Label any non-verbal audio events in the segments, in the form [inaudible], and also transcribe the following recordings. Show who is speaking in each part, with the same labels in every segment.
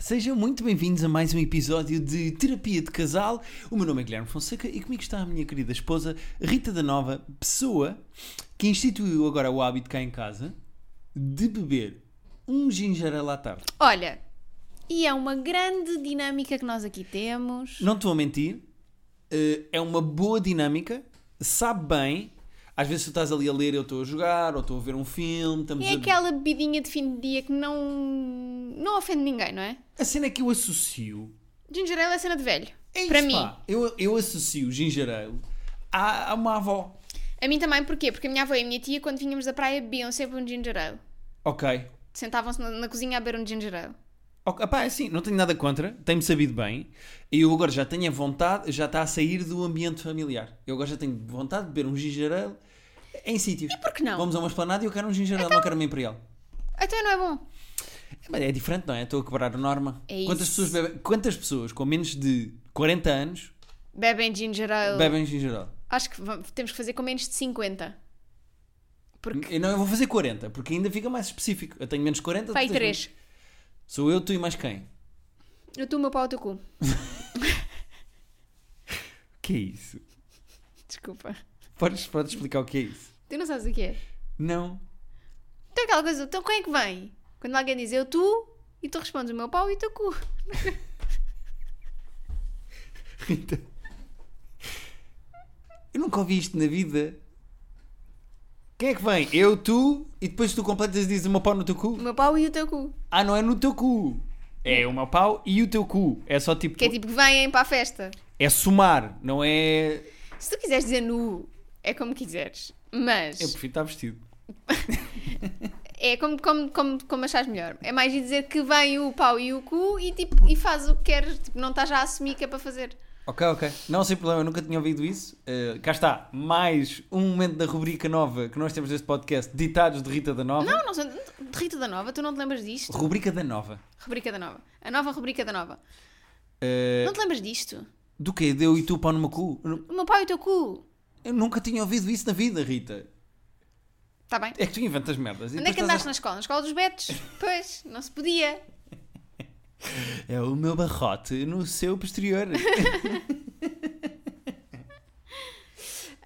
Speaker 1: Sejam muito bem-vindos a mais um episódio de Terapia de Casal. O meu nome é Guilherme Fonseca e comigo está a minha querida esposa Rita da Nova, pessoa que instituiu agora o hábito cá em casa de beber um ginger ale à tarde.
Speaker 2: Olha, e é uma grande dinâmica que nós aqui temos.
Speaker 1: Não te vou mentir, eh, é uma boa dinâmica, sabe bem. Às vezes tu estás ali a ler, eu estou a jogar, ou estou a ver um filme, estamos
Speaker 2: É
Speaker 1: a...
Speaker 2: aquela bebidinha de fim de dia que não, não ofende ninguém, não é?
Speaker 1: A cena é que eu associo
Speaker 2: Ginger ale é cena de velho.
Speaker 1: É isso,
Speaker 2: para
Speaker 1: pá.
Speaker 2: mim.
Speaker 1: Eu, eu associo o ginger ale à, a uma avó.
Speaker 2: A mim também, porquê? Porque a minha avó e a minha tia, quando vínhamos da praia, bebiam sempre um ginger ale.
Speaker 1: Ok.
Speaker 2: Sentavam-se na, na cozinha a beber um ginger ale.
Speaker 1: Ok, pá, é assim, não tenho nada contra, tenho-me sabido bem. Eu agora já tenho a vontade, já está a sair do ambiente familiar. Eu agora já tenho vontade de beber um ginger ale em sítios. E
Speaker 2: por que não? Então-
Speaker 1: Vamos a uma esplanada e eu quero um ginger ale, não quero uma imperial.
Speaker 2: Até não é bom.
Speaker 1: É, Mas é diferente, não é? Estou a quebrar a norma.
Speaker 2: É
Speaker 1: Quantas
Speaker 2: isso.
Speaker 1: pessoas bebem, quantas pessoas com menos de 40 anos
Speaker 2: Bebem ginger ale.
Speaker 1: bebem ginger ale?
Speaker 2: Acho que va- temos que fazer com menos de 50. Porque.
Speaker 1: Eu não, eu vou fazer 40, porque ainda fica mais específico. Eu tenho menos 40, tu
Speaker 2: Pai,
Speaker 1: tens menos-
Speaker 2: 3.
Speaker 1: Sou eu, tu e mais quem?
Speaker 2: Eu tu, o meu pau, o teu cu.
Speaker 1: Que é isso?
Speaker 2: Desculpa.
Speaker 1: Podes, podes explicar o que é isso?
Speaker 2: Tu não sabes o que é?
Speaker 1: Não.
Speaker 2: Então aquela coisa, então quem é que vem? Quando alguém diz eu tu, e tu respondes o meu pau e o teu cu.
Speaker 1: Rita. Eu nunca ouvi isto na vida. Quem é que vem? Eu, tu, e depois tu completas e dizes o meu pau no teu
Speaker 2: O
Speaker 1: cu?
Speaker 2: meu pau e o teu cu.
Speaker 1: Ah, não é no teu cu. É o meu pau e o teu cu. É só tipo.
Speaker 2: Que é tipo, vêm para a festa.
Speaker 1: é somar, não é.
Speaker 2: Se tu quiseres dizer nu, é como quiseres. Mas
Speaker 1: Eu prefiro estar vestido.
Speaker 2: é como, como, como, como achares melhor. É mais de dizer que vem o pau e o cu e, tipo, e faz o que queres. Tipo, não estás já a assumir que é para fazer.
Speaker 1: Ok, ok. Não, sem problema, eu nunca tinha ouvido isso. Eh, cá está, mais um momento da rubrica nova que nós temos neste podcast, Ditados de Rita da Nova.
Speaker 2: Não, não sei. De Rita da Nova, tu não te lembras disto?
Speaker 1: Rubrica da Nova.
Speaker 2: Rubrica da Nova. A nova rubrica da Nova.
Speaker 1: Eh,
Speaker 2: Não te lembras disto?
Speaker 1: do quê? Deu e tu pau no meu cu? Eu nu-
Speaker 2: O meu pau e o teu cu.
Speaker 1: Eu nunca tinha ouvido isso na vida, Rita.
Speaker 2: Está Tá bem?
Speaker 1: É que tu inventas merdas. e
Speaker 2: Onde é que
Speaker 1: depois
Speaker 2: andaste
Speaker 1: estás
Speaker 2: na escola? Na escola
Speaker 1: [laughs]
Speaker 2: dos Betos? Pois, não se podia.
Speaker 1: a- É o meu barrote no seu
Speaker 2: [laughs]
Speaker 1: posterior.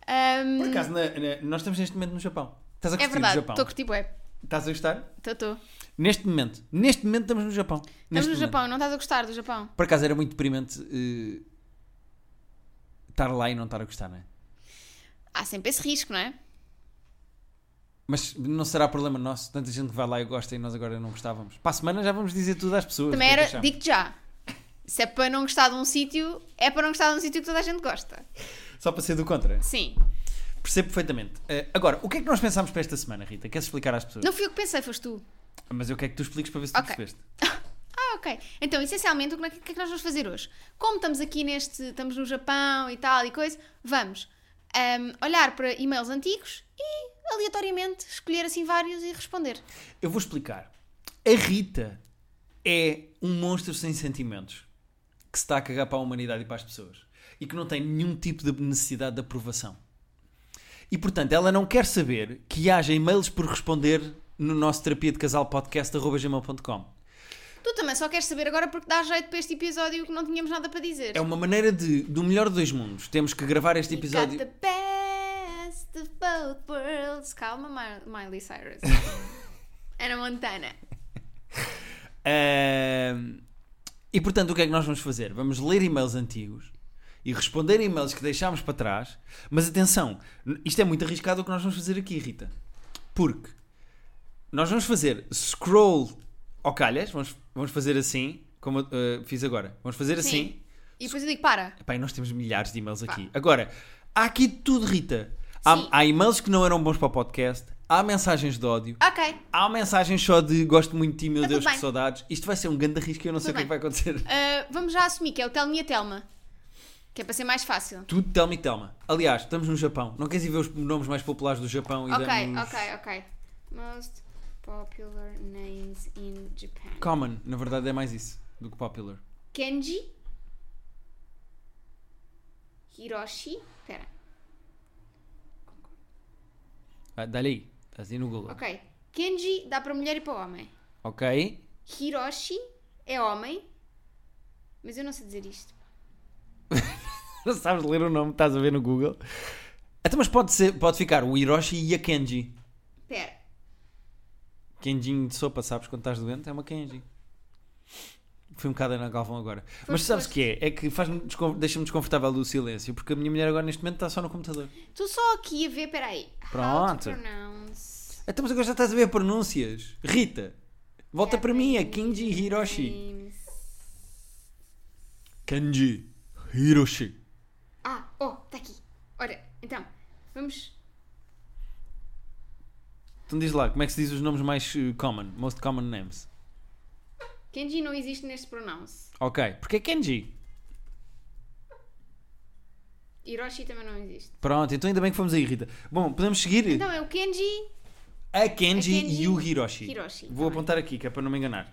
Speaker 2: Ahm,
Speaker 1: Por acaso, na- na- nós estamos neste momento no Japão. Estás a
Speaker 2: é
Speaker 1: curtir
Speaker 2: verdade,
Speaker 1: do Japão?
Speaker 2: estou a curtir bué.
Speaker 1: Estás a gostar?
Speaker 2: Estou, estou.
Speaker 1: Neste momento. Neste momento estamos no Japão.
Speaker 2: Estamos
Speaker 1: Neste
Speaker 2: no
Speaker 1: momento.
Speaker 2: Japão, não estás a gostar do Japão?
Speaker 1: Por acaso era muito deprimente eh, estar lá e não estar a gostar, não é?
Speaker 2: Há sempre esse risco, não é?
Speaker 1: Mas não será problema nosso. Tanta gente que vai lá e gosta e nós agora não gostávamos. Para a semana já vamos dizer tudo às pessoas.
Speaker 2: Também
Speaker 1: o que é que
Speaker 2: era,
Speaker 1: achamos.
Speaker 2: digo-te já. Se é para não gostar de um sítio, é para não gostar de um sítio que toda a gente gosta.
Speaker 1: Só para ser do contra.
Speaker 2: Sim.
Speaker 1: Percebo perfeitamente. Eh, agora, o que é que nós pensámos para esta semana, Rita? Queres explicar às pessoas?
Speaker 2: Não fui eu que pensei, foste tu. [laughs]
Speaker 1: Mas eu quero que tu expliques para ver se tu
Speaker 2: Ok.
Speaker 1: percebeste.
Speaker 2: Ah, ok. Então, essencialmente, o que é que o que é que nós vamos fazer hoje? Como estamos aqui neste. Estamos no Japão e tal e coisa, vamos ahm, olhar para e-mails antigos e aleatoriamente escolher assim vários e responder.
Speaker 1: Eu vou explicar. A Rita é um monstro sem sentimentos que se está a cagar para a humanidade e para as pessoas e que não tem nenhum tipo de necessidade de aprovação. E portanto, ela não quer saber que haja e-mails por responder no nosso terapia de casal podcast.gmail.com.
Speaker 2: Tu também só queres saber agora porque dá jeito para este episódio que não tínhamos nada para dizer.
Speaker 1: É uma maneira de, do melhor dos dois mundos. Temos que gravar este
Speaker 2: We got
Speaker 1: episódio.
Speaker 2: the best of both worlds. Calma, Mi-
Speaker 1: [laughs]
Speaker 2: Miley Cyrus. Ana Montana.
Speaker 1: Ahm, e portanto, o que é que nós vamos fazer? Vamos ler e-mails antigos e responder e-mails que deixámos para trás. Mas atenção, n- isto é muito arriscado o que nós vamos fazer aqui, Rita. Porque nós vamos fazer scroll ao calhas, vamos, vamos fazer assim, como eu eh, fiz agora. Vamos fazer assim.
Speaker 2: Sim. E depois eu digo, para.
Speaker 1: Epá, e nós temos milhares de e-mails aqui. Agora, há aqui de tudo, Rita.
Speaker 2: Sim.
Speaker 1: Há, há e-mails que não eram bons para o podcast, há mensagens de ódio,
Speaker 2: Ok.
Speaker 1: Há mensagens só de gosto muito de ti, meu
Speaker 2: Tá
Speaker 1: Deus,
Speaker 2: tudo
Speaker 1: que
Speaker 2: bem.
Speaker 1: saudades. Isto vai ser um grande risco e eu não sei o
Speaker 2: Tudo
Speaker 1: que é que vai acontecer.
Speaker 2: Ah, vamos já assumir que é o Telma e a Telma. Que é para ser mais fácil.
Speaker 1: Tudo Telma e Telma. Aliás, estamos no Japão. Não queres ir ver os nomes mais populares do Japão e
Speaker 2: Ok,
Speaker 1: damos
Speaker 2: ok, ok. Most popular names in Japan.
Speaker 1: Common, na verdade é mais isso do que popular.
Speaker 2: Kenji. Hiroshi. Espera.
Speaker 1: Ah, Dá-lhe aí, estás aí no Google. Ok.
Speaker 2: Ok. Kenji dá para mulher e para homem. Hiroshi é homem Mas eu não sei dizer isto.
Speaker 1: Não [laughs] sabes ler o nome que estás a ver no Google. Até mas pode, ser, pode ficar o Hiroshi e a Kenji.
Speaker 2: Pera.
Speaker 1: Kenjinho de sopa, sabes quando estás doente? É uma Kenji. Fui um bocado na Galvão agora. mas sabes o
Speaker 2: foste.
Speaker 1: que é? É que faz-me descon- deixa-me desconfortável o silêncio, porque a minha mulher agora neste momento está só no computador.
Speaker 2: Estou só aqui a ver, peraí. How
Speaker 1: Pronto.
Speaker 2: to pronounce
Speaker 1: Até Então, mas agora já estás a ver pronúncias. Rita, volta para mim, é Kenji Hiroshi.
Speaker 2: names.
Speaker 1: Kenji Hiroshi.
Speaker 2: Ah, oh, está aqui. Ora, então, vamos.
Speaker 1: Então diz lá, como é que se diz os nomes mais eh, common, most common names?
Speaker 2: Kenji não existe neste pronounce.
Speaker 1: Ok, porque é Kenji.
Speaker 2: Hiroshi também não existe.
Speaker 1: Pronto, então ainda bem que fomos aí, Rita. Bom, podemos seguir?
Speaker 2: Então é o Kenji.
Speaker 1: A Kenji,
Speaker 2: A Kenji
Speaker 1: e o Hiroshi.
Speaker 2: Hiroshi,
Speaker 1: Vou
Speaker 2: tá
Speaker 1: apontar aqui, que é para não me enganar.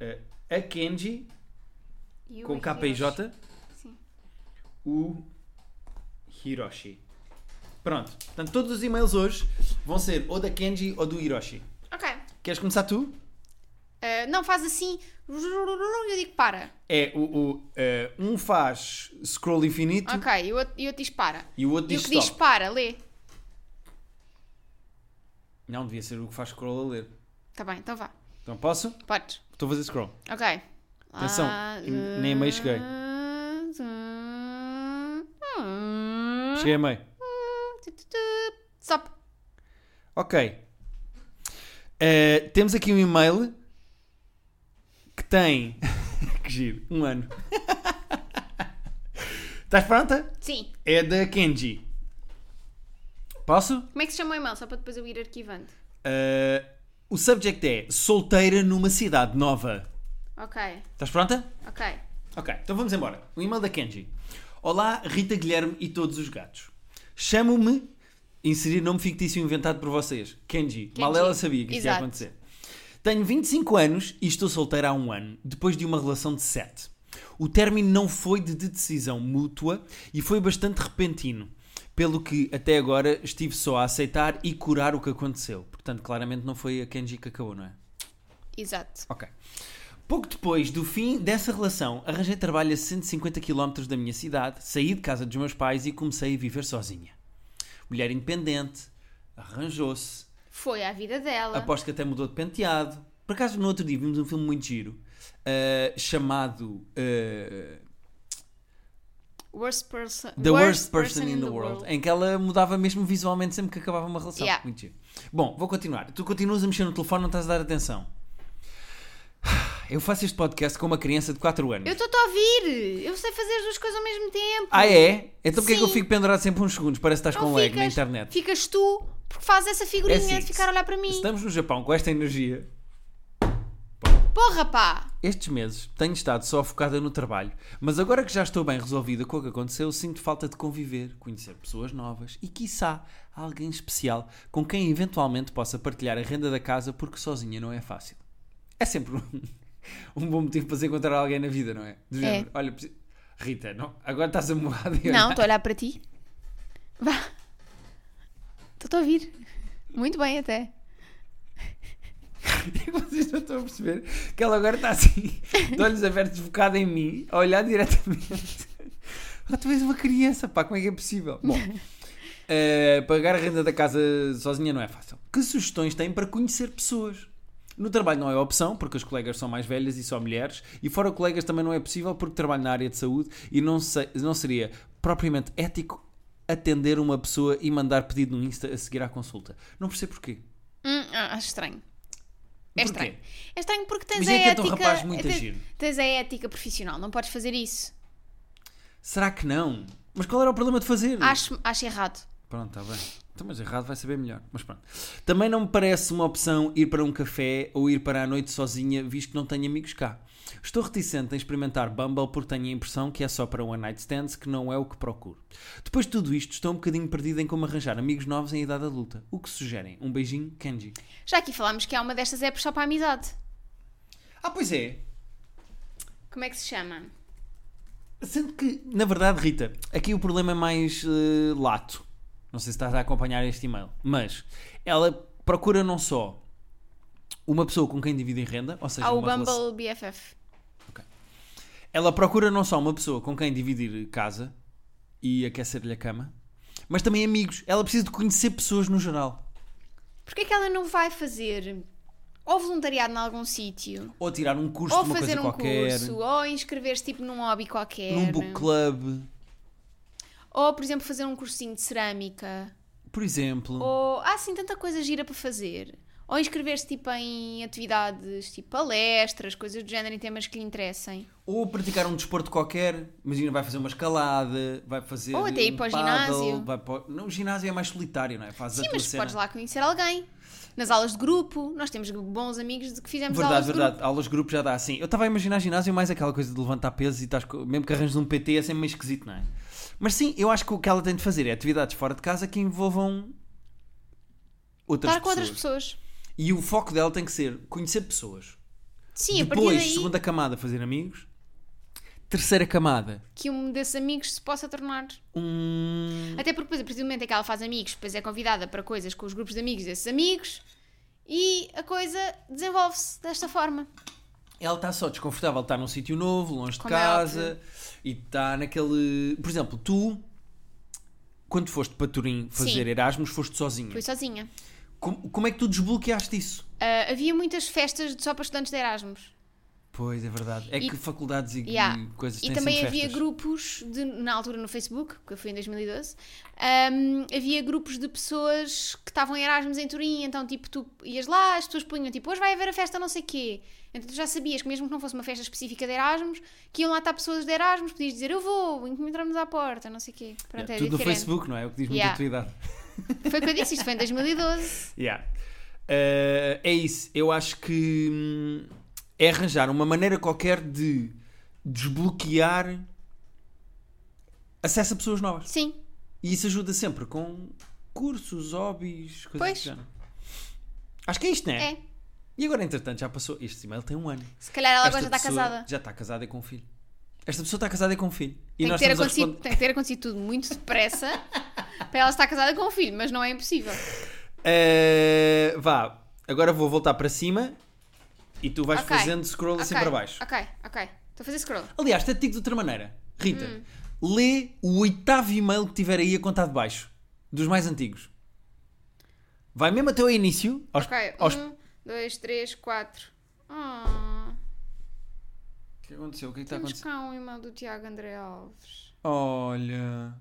Speaker 1: Eh, A Kenji
Speaker 2: e o
Speaker 1: com K e
Speaker 2: Hiroshi.
Speaker 1: J,
Speaker 2: Sim.
Speaker 1: o Hiroshi. Pronto. Portanto, todos os e-mails hoje vão ser ou da Kenji ou do Hiroshi.
Speaker 2: Ok.
Speaker 1: Queres começar tu?
Speaker 2: Ah, não, faz assim. Eu digo para.
Speaker 1: É o, o, eh, um faz scroll infinito
Speaker 2: Ok, e o outro, e o outro diz para.
Speaker 1: e o outro
Speaker 2: E
Speaker 1: diz
Speaker 2: o que diz
Speaker 1: stop.
Speaker 2: para, lê.
Speaker 1: Não, devia ser o que faz scroll a ler.
Speaker 2: Tá bem, então vá.
Speaker 1: Então posso?
Speaker 2: Podes.
Speaker 1: Estou a fazer scroll.
Speaker 2: Ok.
Speaker 1: Atenção,
Speaker 2: Ah,
Speaker 1: em- nem a meio cheguei.
Speaker 2: ah,
Speaker 1: Cheguei a meio.
Speaker 2: tu, tu, tu. Stop.
Speaker 1: Ok. Eh, temos aqui um e-mail que tem. [laughs] que giro, um ano. [laughs] Estás pronta?
Speaker 2: Sim.
Speaker 1: É da Kenji. Posso?
Speaker 2: Como é que se chama o e-mail? Só para depois eu ir arquivando.
Speaker 1: Eh, o subject é solteira numa cidade nova.
Speaker 2: Ok,
Speaker 1: Estás pronta?
Speaker 2: ok.
Speaker 1: Ok, então vamos embora. O e-mail da Kenji. Olá, Rita Guilherme e todos os gatos. Chamo-me. Inserir nome fictício inventado por vocês. Kenji. Mal ela sabia que isto ia
Speaker 2: Exato.
Speaker 1: acontecer. Tenho 25 anos e estou solteira há um ano, depois de uma relação de 7. O término não foi de de decisão mútua e foi bastante repentino, pelo que até agora estive só a aceitar e curar o que aconteceu. Portanto, claramente não foi a Kenji que acabou, não é?
Speaker 2: Exato.
Speaker 1: Ok. Pouco depois do fim dessa relação, arranjei trabalho a 150 km da minha cidade, saí de casa dos meus pais e comecei a viver sozinha. Mulher independente, arranjou-se,
Speaker 2: Foi a vida dela.
Speaker 1: aposto que até mudou de penteado. Por acaso, no outro dia vimos um filme muito giro ah, chamado ah,
Speaker 2: Worst person,
Speaker 1: The Worst, person, in the, world. em que ela mudava mesmo visualmente sempre que acabava uma relação.
Speaker 2: Yeah.
Speaker 1: Muito giro. Bom, vou continuar. Tu continuas a mexer no telefone, não estás a dar atenção. [sighs] Eu faço este podcast com uma criança de 4 anos.
Speaker 2: Eu estou-te a ouvir! Eu sei fazer as duas coisas ao mesmo tempo!
Speaker 1: Ah, é? Então porque é que eu
Speaker 2: Sim.
Speaker 1: fico pendurado sempre uns segundos? Parece que estás
Speaker 2: Não
Speaker 1: com lag na
Speaker 2: ficas-
Speaker 1: internet.
Speaker 2: Ficas tu, porque fazes essa figurinha
Speaker 1: assim,
Speaker 2: de ficar a olhar para mim.
Speaker 1: Estamos no Japão com esta energia.
Speaker 2: Porra, pá!
Speaker 1: Estes meses tenho estado só focada no trabalho, mas agora que já estou bem resolvida com o que aconteceu, sinto falta de conviver, conhecer pessoas novas e, quiçá, alguém especial com quem eventualmente possa partilhar a renda da casa porque sozinha não é fácil. É sempre um, [laughs] um bom motivo para se encontrar alguém na vida, não é? Do género, olha, preciso- Rita, não, agora estás a morrer de olhar.
Speaker 2: Não, estou a olhar para ti. Vá! Estou-te a ouvir. Muito bem, até.
Speaker 1: É que Vocês não estão a perceber que ela agora está assim, de olhos abertos, focada em mim, a olhar diretamente. Ah, tu és uma criança, pá, como é que é possível? Bom, eh, pagar a renda da casa sozinha não é fácil. Que sugestões têm para conhecer pessoas? No trabalho não é opção, porque as colegas são mais velhas e só mulheres, e fora colegas também não é possível, porque trabalho na área de saúde e não, sei- não seria propriamente ético atender uma pessoa e mandar pedido no Insta a seguir à consulta. Não percebo porquê.
Speaker 2: Hum, ah, acho estranho. É
Speaker 1: Porquê?
Speaker 2: estranho. É estranho porque tens
Speaker 1: Mas
Speaker 2: a
Speaker 1: é que é
Speaker 2: ética.
Speaker 1: tão rapaz muito
Speaker 2: tens-
Speaker 1: giro.
Speaker 2: tens a ética profissional, não podes fazer isso.
Speaker 1: Será que não? Mas qual era o problema de fazer?
Speaker 2: Acho, acho errado.
Speaker 1: Pronto, está bem. Então, mas errado vai saber melhor. Mas pronto. Também não me parece uma opção ir para um café ou ir para a noite sozinha, visto que não tenho amigos cá. Estou reticente em experimentar Bumble porque tenho a impressão que é só para one night stands, que não é o que procuro. Depois de tudo isto, estou um bocadinho perdido em como arranjar amigos novos em idade adulta. O que sugerem? Um beijinho, Kenji.
Speaker 2: Já aqui falámos que há uma destas apps só para a amizade.
Speaker 1: Ah, pois é.
Speaker 2: Como é que se chama?
Speaker 1: Sendo que, na verdade, Rita, aqui o problema é mais eh, lato. Não sei se estás a acompanhar este e-mail, mas ela procura não só uma pessoa com quem dividem renda, ou seja,
Speaker 2: Há Ah, o
Speaker 1: uma relação-
Speaker 2: Bumble BFF.
Speaker 1: Ela procura não só uma pessoa com quem dividir casa e aquecer-lhe a cama, mas também amigos. Ela precisa de conhecer pessoas no geral.
Speaker 2: Porquê é que ela não vai fazer ou voluntariado em algum sítio,
Speaker 1: Ou tirar um curso
Speaker 2: ou
Speaker 1: de uma
Speaker 2: fazer
Speaker 1: coisa
Speaker 2: um
Speaker 1: qualquer,
Speaker 2: curso, é, né? ou inscrever-se tipo num hobby qualquer,
Speaker 1: num book club,
Speaker 2: ou por exemplo fazer um cursinho de cerâmica,
Speaker 1: por exemplo.
Speaker 2: ou há assim tanta coisa gira para fazer. Ou inscrever-se tipo em atividades, tipo palestras, coisas do género em temas que lhe interessem.
Speaker 1: Ou praticar um desporto qualquer, imagina, vai fazer uma escalada, vai fazer.
Speaker 2: Ou até ir
Speaker 1: um
Speaker 2: para o
Speaker 1: paddle,
Speaker 2: ginásio.
Speaker 1: Vai para... o- Não, o ginásio é mais solitário, não é? Faz
Speaker 2: Sim,
Speaker 1: a tua
Speaker 2: mas
Speaker 1: cena.
Speaker 2: podes lá conhecer alguém. Nas aulas de grupo, nós temos bons amigos de que fizemos aulas
Speaker 1: Verdade,
Speaker 2: de
Speaker 1: verdade.
Speaker 2: grupo.
Speaker 1: Aulas de grupo já dá assim. Eu estava a imaginar ginásio mais aquela coisa de levantar pesos e estás co- mesmo que arranjes um PT é sempre meio esquisito, não é? Mas sim, eu acho que o que ela tem de fazer é atividades fora de casa que envolvam outras,
Speaker 2: Estar com
Speaker 1: pessoas.
Speaker 2: outras pessoas.
Speaker 1: E o foco dela tem que ser conhecer pessoas.
Speaker 2: Sim, a partir
Speaker 1: Depois,
Speaker 2: daí
Speaker 1: segunda camada, fazer amigos. Terceira camada,
Speaker 2: que um desses amigos se possa tornar.
Speaker 1: um.
Speaker 2: Até porque depois, a partir do momento em que ela faz amigos, depois é convidada para coisas com os grupos de amigos desses amigos e a coisa desenvolve-se desta forma.
Speaker 1: Ela está só desconfortável, está num sítio novo, longe
Speaker 2: Como
Speaker 1: de
Speaker 2: é
Speaker 1: casa, e está naquele. Por exemplo, tu, quando foste para Turim fazer
Speaker 2: Sim.
Speaker 1: Erasmus, foste sozinha.
Speaker 2: Fui sozinha.
Speaker 1: Como, como é que tu desbloqueaste isso?
Speaker 2: Ah, havia muitas festas só para estudantes de Erasmus.
Speaker 1: Pois, é verdade. É
Speaker 2: E-
Speaker 1: que faculdades e, e
Speaker 2: Yeah.
Speaker 1: coisas
Speaker 2: E
Speaker 1: têm
Speaker 2: também
Speaker 1: sempre
Speaker 2: havia
Speaker 1: festas.
Speaker 2: grupos, de- na altura no Facebook, que eu fui em 2012, ahm, um, havia grupos de pessoas que estavam em Erasmus em Turim, então tipo, tu ias lá, as pessoas punham tipo, hoje vai haver a festa não sei quê. Então tu já sabias que mesmo que não fosse uma festa específica de Erasmus, que iam lá estar pessoas de Erasmus, podias dizer, eu vou, encontramos à porta, não sei quê. Pronto,
Speaker 1: Yeah,
Speaker 2: é
Speaker 1: Tudo do
Speaker 2: diferente.
Speaker 1: Facebook, não é? O que diz muito
Speaker 2: Yeah.
Speaker 1: a tua idade.
Speaker 2: Foi o que eu disse, isto foi em
Speaker 1: [laughs]
Speaker 2: 2012.
Speaker 1: Yeah. Eh, é isso. Eu acho que hum, é arranjar uma maneira qualquer de desbloquear acesso a pessoas novas.
Speaker 2: Sim,
Speaker 1: E isso ajuda sempre com cursos, hobbies, coisas
Speaker 2: Pois.
Speaker 1: do género. Acho que é isto, não é?
Speaker 2: é.
Speaker 1: E agora, entretanto, já passou. Este e-mail tem um ano.
Speaker 2: Se calhar ela
Speaker 1: Esta
Speaker 2: agora já está
Speaker 1: pessoa
Speaker 2: casada.
Speaker 1: Já está casada e com um filho. Esta pessoa está casada e com um filho. E
Speaker 2: Tem que,
Speaker 1: nós
Speaker 2: ter
Speaker 1: estamos a
Speaker 2: acontecido,
Speaker 1: responder-
Speaker 2: tem que ter acontecido tudo muito depressa [laughs] para ela estar casada com um filho, mas não é impossível.
Speaker 1: Eh, vá, agora vou voltar para cima e tu vais
Speaker 2: Ok.
Speaker 1: fazendo scroll assim
Speaker 2: Ok,
Speaker 1: para baixo.
Speaker 2: Ok, ok. Estou a fazer scroll.
Speaker 1: Aliás, até te digo de outra maneira. Rita,
Speaker 2: Hum.
Speaker 1: lê o oitavo e-mail que tiver aí a contar de baixo, dos mais antigos. Vai mesmo até ao início. Aos,
Speaker 2: Ok,
Speaker 1: aos-
Speaker 2: um, dois, três, quatro. Ah,
Speaker 1: O que aconteceu? O que é que está a
Speaker 2: temos
Speaker 1: acontecer?
Speaker 2: cá um e-mail do Tiago André Alves.
Speaker 1: Olha.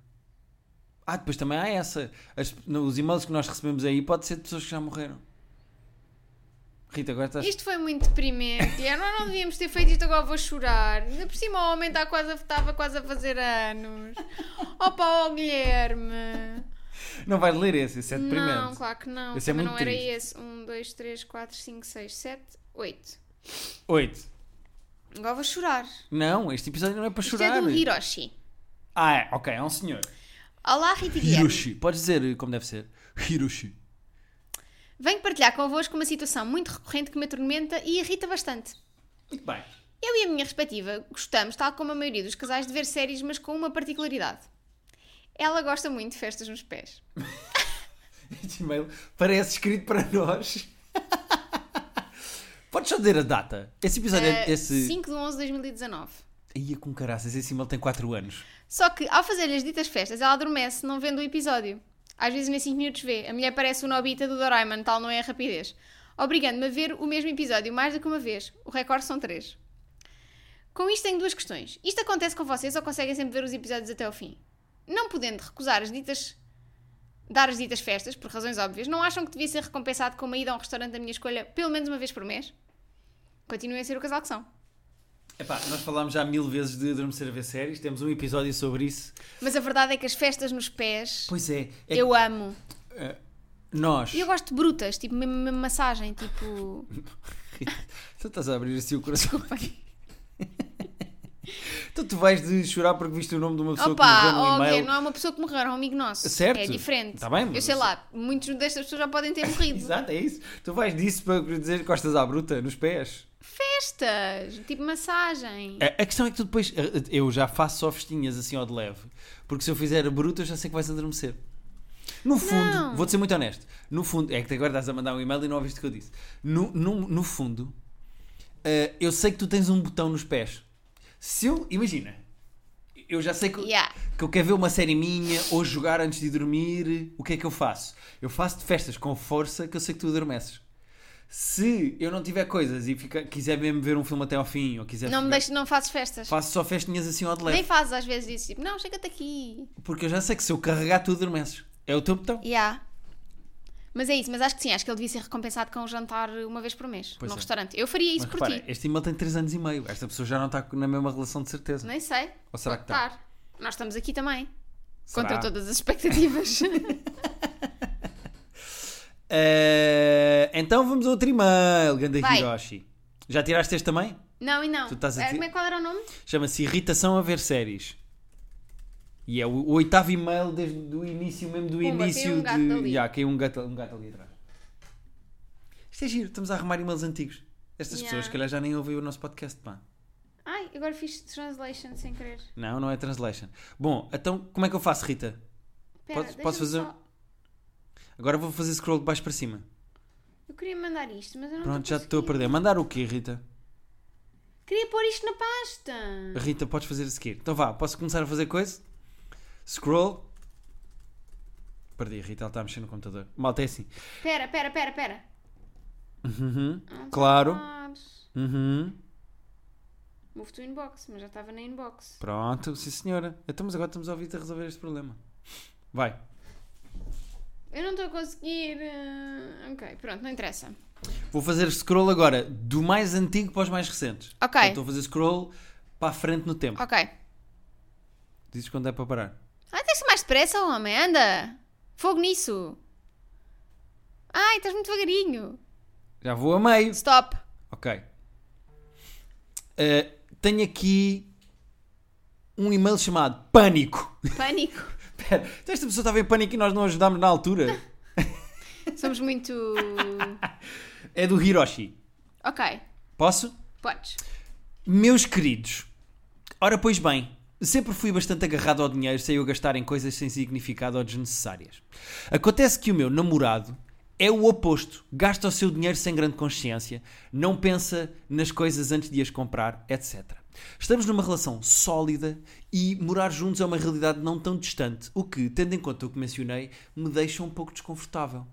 Speaker 1: Ah, depois também há essa. As- no- os e-mails que nós recebemos aí pode ser de pessoas que já morreram. Rita, agora estás.
Speaker 2: Isto foi muito deprimente. e Nós não devíamos ter feito isto, agora vou chorar. Ainda por cima o homem está quase a- estava quase a fazer
Speaker 1: [laughs]
Speaker 2: anos. Opa, oh Guilherme.
Speaker 1: Não vais ler esse, esse é deprimente.
Speaker 2: Não, claro que não.
Speaker 1: Esse é
Speaker 2: Também
Speaker 1: muito
Speaker 2: não era
Speaker 1: triste.
Speaker 2: esse. Um, dois, três, quatro, cinco, seis, sete, oito.
Speaker 1: Oito.
Speaker 2: Agora vou chorar.
Speaker 1: Não, este episódio não é para
Speaker 2: Isto
Speaker 1: chorar.
Speaker 2: é do Hiroshi.
Speaker 1: Ah, é, ok, é um senhor.
Speaker 2: Olá, Rita e Guilherme.
Speaker 1: Hiroshi. Podes dizer como deve ser. Hiroshi.
Speaker 2: Venho partilhar convosco uma situação muito recorrente que me atormenta e irrita bastante.
Speaker 1: Muito bem. [laughs]
Speaker 2: Eu e a minha respectiva gostamos, tal como a maioria dos casais, de ver séries, mas com uma particularidade. Ela gosta muito de festas nos pés.
Speaker 1: Este e-mail parece escrito para nós. [laughs] Podes só dizer a data. Esse episódio, é-
Speaker 2: Ah,
Speaker 1: esse.
Speaker 2: 5 de 11 de 2019.
Speaker 1: Ia com caraças, esse e-mail tem 4 anos.
Speaker 2: Só que, ao fazer-lhe as ditas festas, ela adormece, não vendo o episódio. Às vezes, nem 5 minutos vê. A mulher parece o Nobita do Doraemon, tal não é a rapidez. Obrigando-me a ver o mesmo episódio mais do que uma vez. O recorde são 3. Com isto, tenho duas questões. Isto acontece com vocês ou conseguem sempre ver os episódios até ao fim? Não podendo recusar as ditas. dar as ditas festas, por razões óbvias, não acham que devia ser recompensado com uma ida a um restaurante da minha escolha pelo menos uma vez por mês? Continuem a ser o casal que são.
Speaker 1: Epá, nós falámos já mil vezes de adormecer a ver séries, temos um episódio sobre isso.
Speaker 2: Mas a verdade é que as festas nos pés.
Speaker 1: Pois é, é
Speaker 2: Eu amo.
Speaker 1: que nós.
Speaker 2: E eu gosto de brutas, tipo, mesmo, mesmo massagem, tipo.
Speaker 1: [laughs] Tu estás a abrir assim o coração. [laughs] Então tu vais de chorar porque viste o nome de uma [laughs] pessoa que morreu
Speaker 2: Opa,
Speaker 1: no
Speaker 2: ok,
Speaker 1: e-mail.
Speaker 2: não é uma pessoa que morreu, é um amigo nosso.
Speaker 1: Certo.
Speaker 2: É diferente.
Speaker 1: Tá bem, mas
Speaker 2: eu sei
Speaker 1: eu
Speaker 2: lá, muitos destas pessoas já podem
Speaker 1: [laughs]
Speaker 2: ter morrido.
Speaker 1: Exato, é isso. Tu vais disso para dizer que costas à bruta, nos pés.
Speaker 2: Festas, tipo massagem.
Speaker 1: A, a questão é que tu depois. eh, Eu já faço só festinhas assim ao de leve. Porque se eu fizer bruto, eu já sei que vais adormecer. No fundo,
Speaker 2: Não.
Speaker 1: vou-te ser muito honesto. No fundo, é que agora estás a mandar um e-mail e não ouviste o que eu disse. No, no, no fundo, eh, eu sei que tu tens um botão nos pés. Se eu, imagina, eu já sei que,
Speaker 2: Yeah.
Speaker 1: que eu quero ver uma série minha ou jogar antes de dormir, o que é que eu faço? Eu faço de festas com força que eu sei que tu adormeces. Se eu não tiver coisas e fica- quiser mesmo ver um filme até ao fim, ou quiser
Speaker 2: Não me
Speaker 1: ficar-
Speaker 2: deixes, não fazes festas.
Speaker 1: faço só festinhas assim ao de leve,
Speaker 2: Nem fazes às vezes isso. Tipo, não, chega-te aqui.
Speaker 1: porque eu já sei que se eu carregar tu adormeces. É o teu botão.
Speaker 2: Yeah. Mas é isso, mas acho que sim, acho que ele devia ser recompensado com um jantar uma vez por mês
Speaker 1: Pois
Speaker 2: num
Speaker 1: é.
Speaker 2: restaurante. Eu faria isso
Speaker 1: Mas
Speaker 2: por
Speaker 1: repara,
Speaker 2: ti.
Speaker 1: este e-mail tem 3 anos e meio. Esta pessoa já não está na mesma relação de certeza.
Speaker 2: Nem sei.
Speaker 1: Ou será
Speaker 2: Pode
Speaker 1: que está?
Speaker 2: estar. Nós estamos aqui também.
Speaker 1: Será?
Speaker 2: Contra todas as
Speaker 1: [laughs]
Speaker 2: expectativas.
Speaker 1: Eh, então vamos a outro e-mail, Ganda
Speaker 2: Vai.
Speaker 1: Hiroshi. Já tiraste este também?
Speaker 2: não e não.
Speaker 1: Tu estás a
Speaker 2: Eh,
Speaker 1: dizer-
Speaker 2: Como é qual era o nome?
Speaker 1: Chama-se Irritação a Ver Séries. E é o, o oitavo e-mail desde o início, mesmo do
Speaker 2: Pumba,
Speaker 1: início
Speaker 2: caiu um gato
Speaker 1: de.
Speaker 2: ali.
Speaker 1: Já, caiu um gato, um gato ali atrás. Isto é giro, estamos a arrumar e-mails antigos. Estas
Speaker 2: Yeah.
Speaker 1: pessoas, se calhar, já nem ouvem o nosso podcast, pá.
Speaker 2: Ai, agora fiz translation sem querer.
Speaker 1: Não, não é translation. Bom, então como é que eu faço, Rita?
Speaker 2: Pera,
Speaker 1: Podes- posso fazer-
Speaker 2: deixa-me
Speaker 1: um-
Speaker 2: só-
Speaker 1: Agora vou fazer scroll de baixo para cima.
Speaker 2: Eu queria mandar isto, mas eu não
Speaker 1: Pronto,
Speaker 2: estou
Speaker 1: já te estou a perder. Mandar o quê, Rita?
Speaker 2: conseguindo. Queria pôr isto na pasta.
Speaker 1: Rita, podes fazer a seguir. Então vá, posso começar a fazer coisa? Scroll. Perdi, Rita, ela está a mexer no computador. Malta é assim.
Speaker 2: Pera, pera, pera, pera.
Speaker 1: Uhum.
Speaker 2: Não
Speaker 1: Claro.
Speaker 2: sabes.
Speaker 1: Uhum.
Speaker 2: Move to inbox, mas já estava na inbox.
Speaker 1: Pronto, sim senhora. Então, mas agora estamos a ouvir-te a resolver este problema. Vai.
Speaker 2: Eu não estou a conseguir. eh, Ok, pronto, não interessa.
Speaker 1: Vou fazer scroll agora, do mais antigo para os mais recentes.
Speaker 2: Ok.
Speaker 1: Então, estou a fazer scroll para a frente no tempo.
Speaker 2: Ok.
Speaker 1: Dizes quando é para parar.
Speaker 2: Ai, tens mais depressa, homem, anda! Fogo nisso! Ai, estás muito devagarinho!
Speaker 1: Já vou a meio.
Speaker 2: Stop!
Speaker 1: Ok. Eh, tenho aqui um e-mail chamado Pânico. [laughs]
Speaker 2: Pânico!
Speaker 1: Espera, então esta pessoa estava em pânico e nós não ajudámos na altura.
Speaker 2: Somos muito.
Speaker 1: É do Hiroshi.
Speaker 2: Ok,
Speaker 1: Posso?
Speaker 2: podes.
Speaker 1: Meus queridos, ora pois bem, sempre fui bastante agarrado ao dinheiro sem eu gastar em coisas sem significado ou desnecessárias. Acontece que o meu namorado é o oposto, gasta o seu dinheiro sem grande consciência, não pensa nas coisas antes de as comprar, etc. Estamos numa relação sólida e morar juntos é uma realidade não tão distante, o que, tendo em conta o que mencionei, me deixa um pouco desconfortável.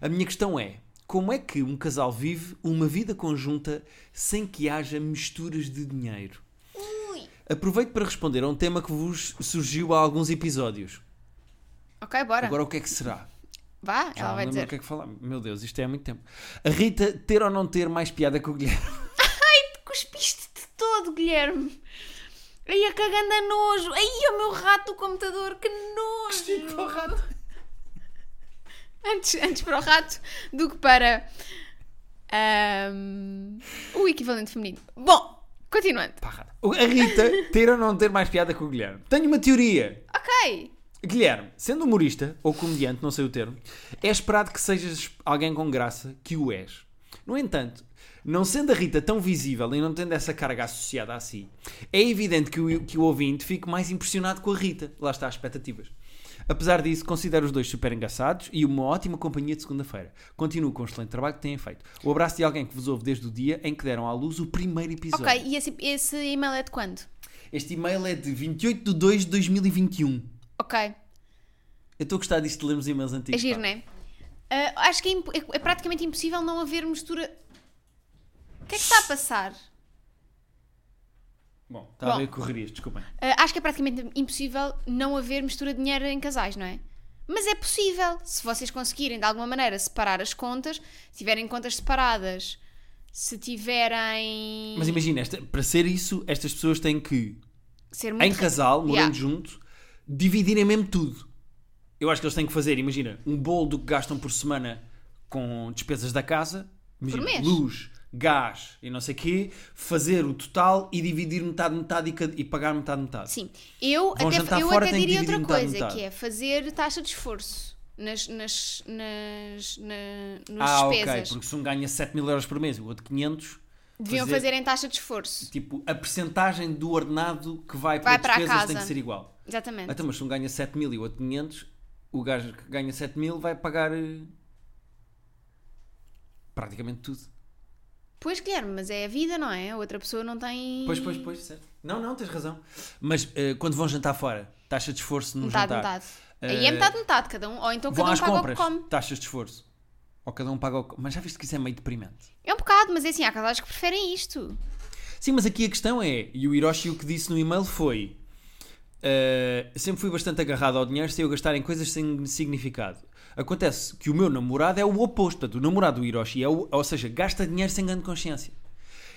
Speaker 1: A minha questão é: como é que um casal vive uma vida conjunta sem que haja misturas de dinheiro?
Speaker 2: Ui!
Speaker 1: Aproveito para responder a um tema que vos surgiu há alguns episódios.
Speaker 2: Ok, bora.
Speaker 1: Agora o que é que será?
Speaker 2: Vá, ela
Speaker 1: não
Speaker 2: Ah. vai
Speaker 1: lembro
Speaker 2: dizer.
Speaker 1: o que é que falar. Meu Deus, isto é há muito tempo. A Rita ter ou não ter mais piada que o Guilherme?
Speaker 2: Cuspiste-te todo, Guilherme! Ai, a caganda nojo! Ai, o meu rato do computador, que nojo! Antes, antes para o rato do que para. ahm, o equivalente feminino. Bom, continuando.
Speaker 1: Parrada. A Rita ter ou não ter mais piada que o Guilherme? Tenho uma teoria.
Speaker 2: Ok!
Speaker 1: Guilherme, sendo humorista ou comediante, não sei o termo, é esperado que sejas alguém com graça, que o és. No entanto, não sendo a Rita tão visível e não tendo essa carga associada a si, é evidente que o, que o ouvinte fique mais impressionado com a Rita. Lá está, as expectativas. Apesar disso, considero os dois super engraçados e uma ótima companhia de segunda-feira. Continuo com o excelente trabalho que têm feito. O abraço de alguém que vos ouve desde o dia em que deram à luz o primeiro episódio.
Speaker 2: Ok, e esse, esse e-mail é de quando?
Speaker 1: Este e-mail é de 28 de 2 de 2021.
Speaker 2: Ok.
Speaker 1: Eu estou a gostar disto de lermos e-mails antigos.
Speaker 2: É
Speaker 1: pá.
Speaker 2: giro, não é? Ah, acho que é, imp- é- é praticamente impossível não haver mistura. O que é que está a passar?
Speaker 1: Bom, estava
Speaker 2: Bom.
Speaker 1: Tá a ver correrias, desculpem.
Speaker 2: Ah, acho que é praticamente impossível não haver mistura de dinheiro em casais, não é? Mas é possível, se vocês conseguirem de alguma maneira separar as contas, se tiverem contas separadas, se tiverem.
Speaker 1: Mas imagina, esta- para ser isso, estas pessoas têm que,
Speaker 2: ser
Speaker 1: em
Speaker 2: muito
Speaker 1: casal, morando
Speaker 2: Yeah.
Speaker 1: junto, dividirem mesmo tudo. Eu acho que eles têm que fazer, imagina, um bolo do que gastam por semana com despesas da casa, imagina,
Speaker 2: mês.
Speaker 1: luz, gás e não sei o quê, fazer o total e dividir metade, metade e, cada- e pagar metade, metade.
Speaker 2: Sim, eu
Speaker 1: Vão jantar
Speaker 2: até, eu
Speaker 1: fora,
Speaker 2: até
Speaker 1: têm que
Speaker 2: diria
Speaker 1: dividir
Speaker 2: outra
Speaker 1: metade,
Speaker 2: coisa,
Speaker 1: metade.
Speaker 2: que é fazer taxa de esforço nas, nas, nas, na- nas
Speaker 1: Ah, ok,
Speaker 2: despesas.
Speaker 1: porque se um ganha 7 mil euros por mês e o outro 500,
Speaker 2: Deviam
Speaker 1: fazer-
Speaker 2: fazer... em taxa de esforço.
Speaker 1: tipo, a percentagem do ordenado que vai para,
Speaker 2: Vai para a
Speaker 1: despesas tem que
Speaker 2: casa.
Speaker 1: ser igual.
Speaker 2: Exatamente.
Speaker 1: Então, mas se um ganha 7 mil e o outro 500, o gajo que ganha 7 mil vai pagar eh, praticamente tudo.
Speaker 2: Pois, Guilherme, mas é a vida, não é? A outra pessoa não tem.
Speaker 1: Pois, pois, pois, certo. Não, não, tens razão. Mas eh, quando vão jantar fora, taxa de esforço no
Speaker 2: Metade,
Speaker 1: jantar.
Speaker 2: metade. Aí é
Speaker 1: Uhum. Eh,
Speaker 2: metade, metade, cada um. Ou então
Speaker 1: Vão
Speaker 2: cada um
Speaker 1: às
Speaker 2: paga
Speaker 1: compras,
Speaker 2: o que come.
Speaker 1: taxas de esforço. Ou cada um paga o que Mas já viste que isso é meio deprimente.
Speaker 2: É um bocado, mas é assim, há casais que preferem isto.
Speaker 1: Sim, mas aqui a questão é, e o Hiroshi o que disse no e-mail foi: eh, sempre fui bastante agarrado ao dinheiro sem eu gastar em coisas sem significado. Acontece que o meu namorado é o oposto, portanto, o namorado do Hiroshi, é o, ou seja, gasta dinheiro sem grande consciência.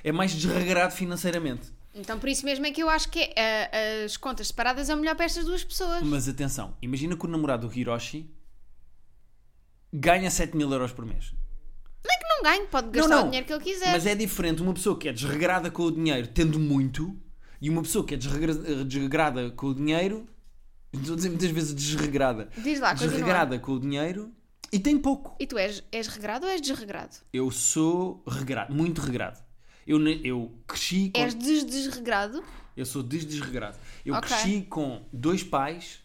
Speaker 1: É mais desregrado financeiramente.
Speaker 2: Então por isso mesmo é que eu acho que eh, as contas separadas é o melhor para estas duas pessoas.
Speaker 1: Mas atenção, imagina que o namorado do Hiroshi ganha 7 mil euros por mês.
Speaker 2: Não é que não ganhe, pode gastar o dinheiro que ele quiser.
Speaker 1: Mas é diferente uma pessoa que é desregrada com o dinheiro tendo muito e uma pessoa que é desregra- desregrada com o dinheiro, estou a dizer muitas vezes desregrada,
Speaker 2: Diz lá, continua.
Speaker 1: desregrada com o dinheiro e tem pouco.
Speaker 2: E tu és, és regrado ou és desregrado?
Speaker 1: Eu sou regrado, muito regrado. Eu, ne- eu cresci com.
Speaker 2: És des desregrado?
Speaker 1: Eu sou des- desregrado. Eu
Speaker 2: Ok.
Speaker 1: cresci com dois pais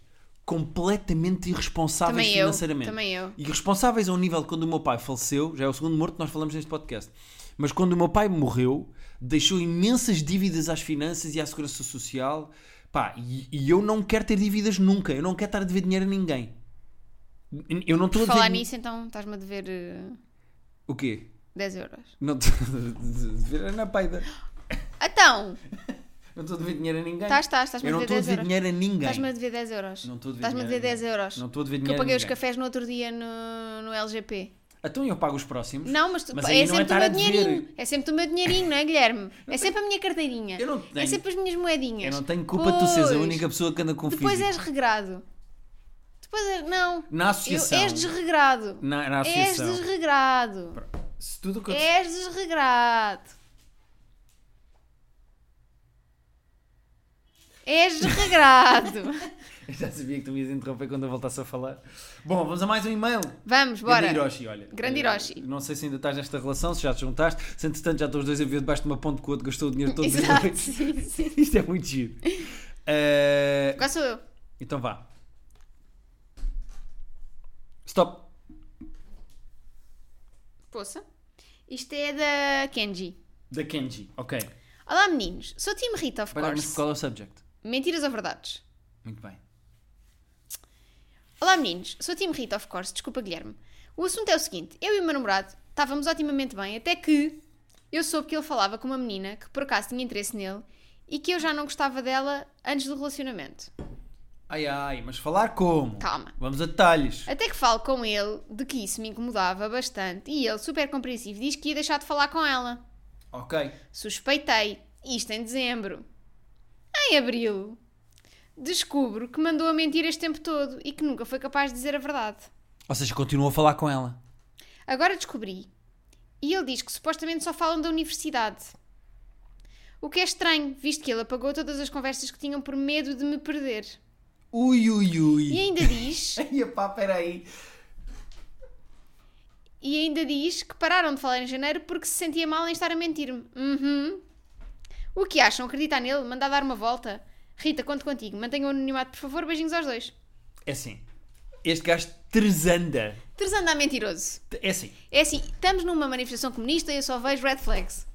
Speaker 1: completamente irresponsáveis
Speaker 2: Também eu,
Speaker 1: financeiramente.
Speaker 2: também eu.
Speaker 1: Irresponsáveis a um nível que quando o meu pai faleceu, já é o segundo morto que nós falamos neste podcast. Mas quando o meu pai morreu, deixou imensas dívidas às finanças e à segurança social. Pá, e, e eu não quero ter dívidas nunca. Eu não quero estar a dever dinheiro a ninguém. Eu não estou a
Speaker 2: Por falar
Speaker 1: dever-
Speaker 2: nisso, então estás-me a dever eh,
Speaker 1: O quê?
Speaker 2: 10 euros.
Speaker 1: Não estou [laughs] a dever na paida.
Speaker 2: Então,
Speaker 1: Não estou a dever dinheiro a ninguém.
Speaker 2: Estás, estás, estás-me
Speaker 1: É. Eu
Speaker 2: a
Speaker 1: não estou
Speaker 2: dever
Speaker 1: a dever
Speaker 2: 10 euros.
Speaker 1: dinheiro a ninguém.
Speaker 2: Estás-me a dever 10 euros.
Speaker 1: Não estou a dever
Speaker 2: Estás-me a
Speaker 1: dinheiro
Speaker 2: dever 10
Speaker 1: a ninguém.
Speaker 2: euros.
Speaker 1: Não estou a dever
Speaker 2: Que eu
Speaker 1: dinheiro a
Speaker 2: paguei os
Speaker 1: ninguém.
Speaker 2: cafés no outro dia no, no LGP.
Speaker 1: Então eu pago os próximos.
Speaker 2: Não, mas, tu,
Speaker 1: aí não
Speaker 2: é sempre o
Speaker 1: estar a
Speaker 2: meu
Speaker 1: dever.
Speaker 2: dinheirinho. É sempre o meu dinheirinho, não é, Guilherme? É sempre a minha carteirinha.
Speaker 1: Eu não
Speaker 2: É
Speaker 1: tenho-
Speaker 2: sempre as minhas moedinhas.
Speaker 1: Eu não tenho culpa de tu seres a
Speaker 2: Pois.
Speaker 1: única pessoa que anda com
Speaker 2: Depois
Speaker 1: físico.
Speaker 2: és regrado. Depois é- Não.
Speaker 1: Na associação.
Speaker 2: Eu- és desregrado.
Speaker 1: Na, na
Speaker 2: és
Speaker 1: associação.
Speaker 2: desregrado.
Speaker 1: Se tudo o que eu te-
Speaker 2: És desregrado. És desregrado.
Speaker 1: [laughs] Eu [laughs] já sabia que tu me ias interromper quando eu voltasse a falar. Bom, vamos a mais um e-mail. Grande
Speaker 2: Vamos, bora.
Speaker 1: Hiroshi, olha.
Speaker 2: Grande
Speaker 1: Eh,
Speaker 2: Hiroshi.
Speaker 1: Não sei se ainda estás nesta relação, se já te juntaste. Se entretanto já estão os dois a viver debaixo de uma ponte que o outro gastou o dinheiro todo.
Speaker 2: [laughs] Exato, sim, sim.
Speaker 1: [laughs] Isto é muito giro. Eh,
Speaker 2: Agora sou eu.
Speaker 1: Então vá. Stop.
Speaker 2: Poça. Isto é da Kenji.
Speaker 1: Da Kenji. Ok.
Speaker 2: Olá meninos, sou Tim Rita, of
Speaker 1: Para
Speaker 2: course.
Speaker 1: qual é o subject?
Speaker 2: Mentiras ou verdades?
Speaker 1: Muito bem.
Speaker 2: Olá meninos, sou Tim Rita, of course, desculpa Guilherme. O assunto é o seguinte, eu e o meu namorado estávamos otimamente bem até que eu soube que ele falava com uma menina que por acaso tinha interesse nele e que eu já não gostava dela antes do relacionamento.
Speaker 1: Ai ai, mas falar como?
Speaker 2: Calma.
Speaker 1: Vamos a detalhes.
Speaker 2: Até que falo com ele de que isso me incomodava bastante e ele, super compreensivo, diz que ia deixar de falar com ela.
Speaker 1: Ok.
Speaker 2: Suspeitei. Isto em dezembro. Em abril, descubro que mandou a mentir este tempo todo e que nunca foi capaz de dizer a verdade.
Speaker 1: Ou seja, continuou a falar com ela.
Speaker 2: Agora descobri. E ele diz que supostamente só falam da universidade. O que é estranho, visto que ele apagou todas as conversas que tinham por medo de me perder.
Speaker 1: Ui, ui,
Speaker 2: E
Speaker 1: ui.
Speaker 2: ainda diz,
Speaker 1: E pá, peraí.
Speaker 2: e ainda diz que pararam de falar em janeiro porque se sentia mal em estar a mentir-me. Uhum. O que acham? Acreditar nele? Mandar dar uma volta? Rita, conto contigo. Mantenha o anonimato, por favor. Beijinhos aos dois.
Speaker 1: É assim. Este gajo tresanda.
Speaker 2: Teresanda mentiroso.
Speaker 1: É assim.
Speaker 2: É assim, estamos numa manifestação comunista e eu só vejo red flags.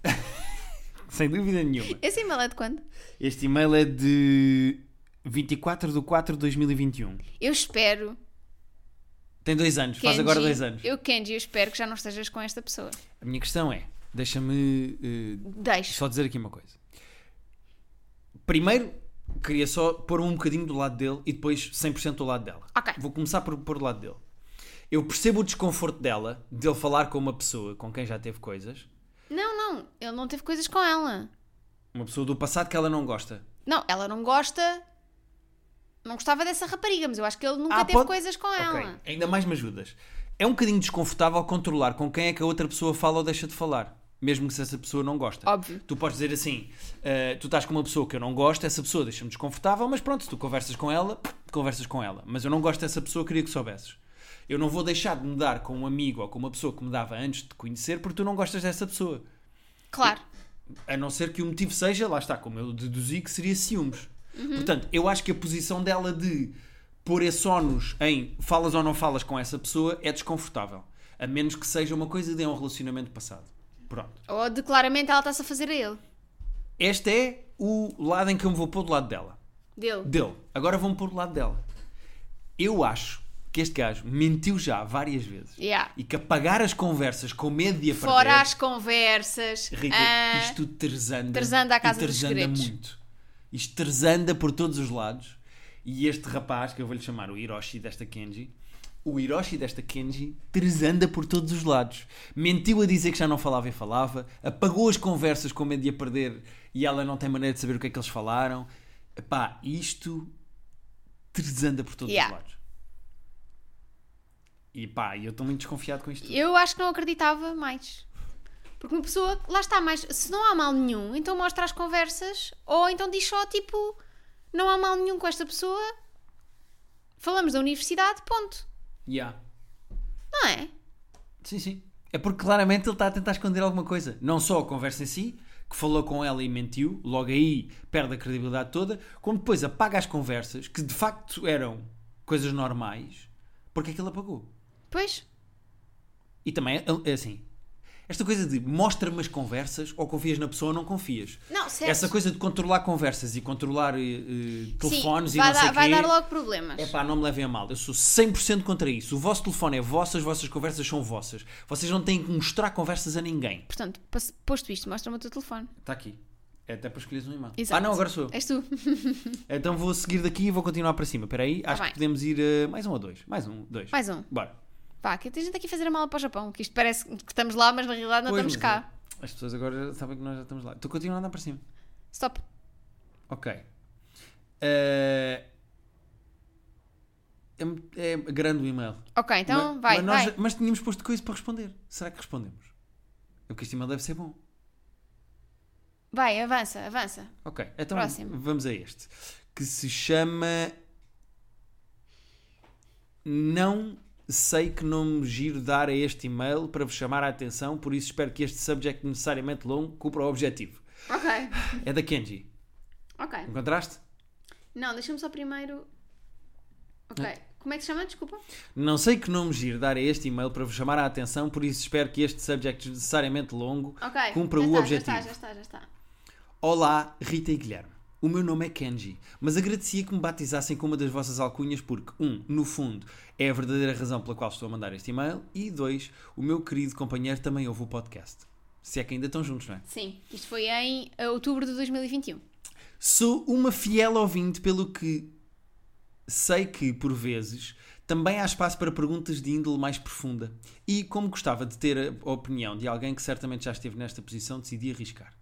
Speaker 1: Sem dúvida nenhuma.
Speaker 2: Esse e-mail é de quando?
Speaker 1: Este e-mail é de 24 de 4 de 2021.
Speaker 2: Eu espero.
Speaker 1: Tem dois anos. Faz
Speaker 2: Kenji,
Speaker 1: agora dois anos.
Speaker 2: Eu, Kenji, eu espero que já não estejas com esta pessoa.
Speaker 1: A minha questão é... Deixa-me... eh,
Speaker 2: Deixa.
Speaker 1: só dizer aqui uma coisa. Primeiro, queria só pôr um bocadinho do lado dele e depois 100% do lado dela.
Speaker 2: Ok.
Speaker 1: Vou começar por pôr do lado dele. Eu percebo o desconforto dela, de ele falar com uma pessoa com quem já teve coisas,
Speaker 2: Não, não, ele não teve coisas com ela.
Speaker 1: uma pessoa do passado que ela não gosta.
Speaker 2: Não, ela não gosta. Não gostava dessa rapariga, mas eu acho que ele nunca
Speaker 1: Ah,
Speaker 2: teve
Speaker 1: pode-
Speaker 2: coisas com ela.
Speaker 1: Ok, ainda mais me ajudas. É um bocadinho desconfortável controlar com quem é que a outra pessoa fala ou deixa de falar, mesmo que se essa pessoa não gosta.
Speaker 2: Óbvio.
Speaker 1: Tu podes dizer assim: eh, tu estás com uma pessoa que eu não gosto, essa pessoa deixa-me desconfortável, mas pronto, se tu conversas com ela, conversas com ela. Mas eu não gosto dessa pessoa, queria que soubesses. Eu não vou deixar de me dar com um amigo ou com uma pessoa que me dava antes de te conhecer porque tu não gostas dessa pessoa.
Speaker 2: Claro.
Speaker 1: A não ser que o motivo seja, lá está, como eu deduzi, que seria ciúmes.
Speaker 2: Uhum.
Speaker 1: Portanto, eu acho que a posição dela de pôr esse ónus em falas ou não falas com essa pessoa é desconfortável. A menos que seja uma coisa de um relacionamento passado. Pronto.
Speaker 2: Ou de claramente ela está-se a fazer a ele.
Speaker 1: Este é o lado em que eu me vou pôr do lado dela.
Speaker 2: Dele.
Speaker 1: Dele. Agora vou-me pôr do lado dela. Eu acho que este gajo mentiu já várias vezes.
Speaker 2: Yeah.
Speaker 1: E que apagar as conversas com medo de a perder...
Speaker 2: Fora as conversas.
Speaker 1: Rita,
Speaker 2: ah,
Speaker 1: isto terzanda.
Speaker 2: terzanda à casa
Speaker 1: e
Speaker 2: dos
Speaker 1: terzanda
Speaker 2: segredos.
Speaker 1: muito. Isto terzanda por todos os lados. E este rapaz, que eu vou-lhe chamar o Hiroshi desta Kenji, o Hiroshi desta Kenji terzanda por todos os lados. Mentiu a dizer que já não falava e falava, apagou as conversas com medo de a perder e ela não tem maneira de saber o que é que eles falaram. Pá, isto terzanda por todos
Speaker 2: Yeah.
Speaker 1: os lados. E pá, eu estou muito desconfiado com isto. tudo.
Speaker 2: Eu acho que não acreditava mais. Porque uma pessoa, lá está, mais se não há mal nenhum, então mostra as conversas, ou então diz só tipo, não há mal nenhum com esta pessoa, falamos da universidade, ponto.
Speaker 1: Yeah.
Speaker 2: Não é?
Speaker 1: Sim, sim. É porque claramente ele está a tentar esconder alguma coisa. Não só a conversa em si, que falou com ela e mentiu, logo aí perde a credibilidade toda, como depois apaga as conversas, que de facto eram coisas normais, porque é que ele apagou.
Speaker 2: Pois,
Speaker 1: E também, é- é assim, esta coisa de mostra-me as conversas, ou confias na pessoa ou não confias.
Speaker 2: Não, certo.
Speaker 1: Essa coisa de controlar conversas e controlar eh, eh, telefones
Speaker 2: sim,
Speaker 1: e
Speaker 2: vai,
Speaker 1: não sei
Speaker 2: dar,
Speaker 1: o
Speaker 2: vai
Speaker 1: quê.
Speaker 2: dar logo problemas.
Speaker 1: É pá, não me levem a mal. Eu sou 100% contra isso. O vosso telefone é vosso, as vossas conversas são vossas. Vocês não têm que mostrar conversas a ninguém.
Speaker 2: Portanto, pas- posto isto, mostra-me o teu telefone.
Speaker 1: Está aqui. É até para escolheres um imã.
Speaker 2: Exato. É
Speaker 1: Ah, não, agora sou eu.
Speaker 2: És tu. [laughs]
Speaker 1: Então vou seguir daqui e vou continuar para cima. Espera aí, acho
Speaker 2: Tá bem.
Speaker 1: que podemos ir eh, mais um ou dois. Mais um, dois.
Speaker 2: Mais um.
Speaker 1: Bora.
Speaker 2: Pá, que tem gente aqui a fazer a mala para o Japão, que isto parece que estamos lá, mas na realidade não
Speaker 1: Pois,
Speaker 2: estamos
Speaker 1: mas,
Speaker 2: cá.
Speaker 1: eh, As pessoas agora já sabem que nós já estamos lá. Estou continuando a andar para cima.
Speaker 2: Stop.
Speaker 1: Ok. Eh, É, muito- é grande o e-mail.
Speaker 2: Ok, então
Speaker 1: mas,
Speaker 2: vai,
Speaker 1: mas nós-
Speaker 2: vai.
Speaker 1: mas tínhamos posto coisa para responder. Será que respondemos? É porque este e-mail deve ser bom.
Speaker 2: Vai, avança, avança.
Speaker 1: Ok, então
Speaker 2: Próximo.
Speaker 1: vamos a este. Que se chama. Não sei que nome giro dar a este e-mail para vos chamar a atenção, por isso espero que este subject necessariamente longo cumpra o objetivo.
Speaker 2: Ok,
Speaker 1: É da Kenji.
Speaker 2: ok.
Speaker 1: Encontraste?
Speaker 2: Não, deixa-me só primeiro. Ok. Como é que se chama? Desculpa.
Speaker 1: Não sei que nome giro dar a este e-mail para vos chamar a atenção, por isso espero que este subject necessariamente longo
Speaker 2: Ok.
Speaker 1: cumpra
Speaker 2: já
Speaker 1: o
Speaker 2: está,
Speaker 1: objetivo.
Speaker 2: Já está, já está, já está.
Speaker 1: Olá, Rita e Guilherme. O meu nome é Kenji, mas agradecia que me batizassem com uma das vossas alcunhas porque, um, no fundo, é a verdadeira razão pela qual estou a mandar este e-mail e, dois, o meu querido companheiro também ouve o podcast. Se é que ainda estão juntos, não é?
Speaker 2: Sim, isto foi em eh, outubro de 2021.
Speaker 1: Sou uma fiel ouvinte, pelo que sei que, por vezes, também há espaço para perguntas de índole mais profunda. E, como gostava de ter a opinião de alguém que certamente já esteve nesta posição, decidi arriscar.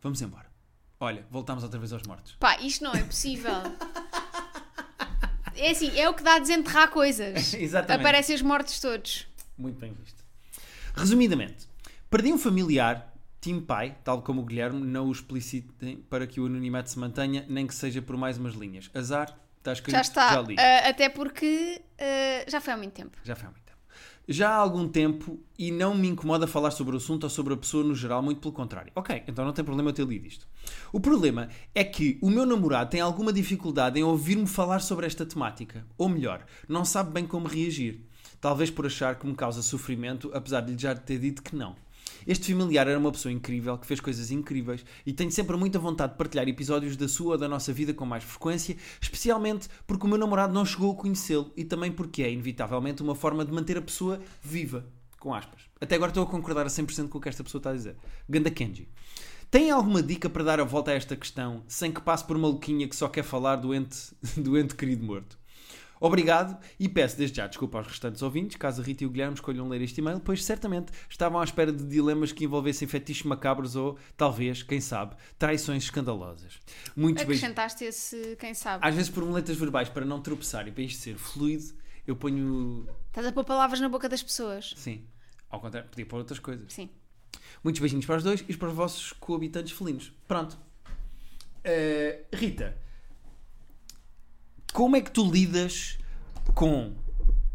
Speaker 1: Vamos embora. Olha, voltamos outra vez aos mortos.
Speaker 2: Pá, isto não é possível. é assim, é o que dá a desenterrar coisas.
Speaker 1: [laughs] Exatamente.
Speaker 2: Aparecem os mortos todos.
Speaker 1: Muito bem visto. Resumidamente, perdi um familiar, Tim Pai, tal como o Guilherme, não o explicitem para que o anonimato se mantenha, nem que seja por mais umas linhas. Azar, está escrito,
Speaker 2: já está.
Speaker 1: li.
Speaker 2: eh, até porque eh, já foi há muito tempo.
Speaker 1: Já foi há muito tempo. Já há algum tempo e não me incomoda falar sobre o assunto ou sobre a pessoa no geral, muito pelo contrário. Ok, então não tem problema eu ter lido isto. O problema é que o meu namorado tem alguma dificuldade em ouvir-me falar sobre esta temática. Ou melhor, não sabe bem como reagir. Talvez por achar que me causa sofrimento, apesar de lhe já ter dito que não. Este familiar era uma pessoa incrível, que fez coisas incríveis e tenho sempre muita vontade de partilhar episódios da sua ou da nossa vida com mais frequência, especialmente porque o meu namorado não chegou a conhecê-lo e também porque é, inevitavelmente, uma forma de manter a pessoa viva. Com aspas. Até agora estou a concordar a 100% com o que esta pessoa está a dizer. Ganda Kenji. Tem alguma dica para dar a volta a esta questão sem que passe por maluquinha que só quer falar [laughs] doente, doente querido morto? Obrigado e peço desde já desculpa aos restantes ouvintes, caso a Rita e o Guilherme escolham ler este e-mail, pois certamente estavam à espera de dilemas que envolvessem fetiches macabros ou, talvez, quem sabe, traições escandalosas. Muitos beijos.
Speaker 2: Acrescentaste esse, quem sabe.
Speaker 1: Às vezes por muletas verbais, para não tropeçar e para isto ser fluido, eu ponho...
Speaker 2: Estás a pôr palavras na boca das pessoas.
Speaker 1: Sim. Ao contrário, podia pôr outras coisas.
Speaker 2: Sim.
Speaker 1: Muitos beijinhos para os dois e para os vossos coabitantes felinos. Pronto. Eh, Rita, como é que tu lidas com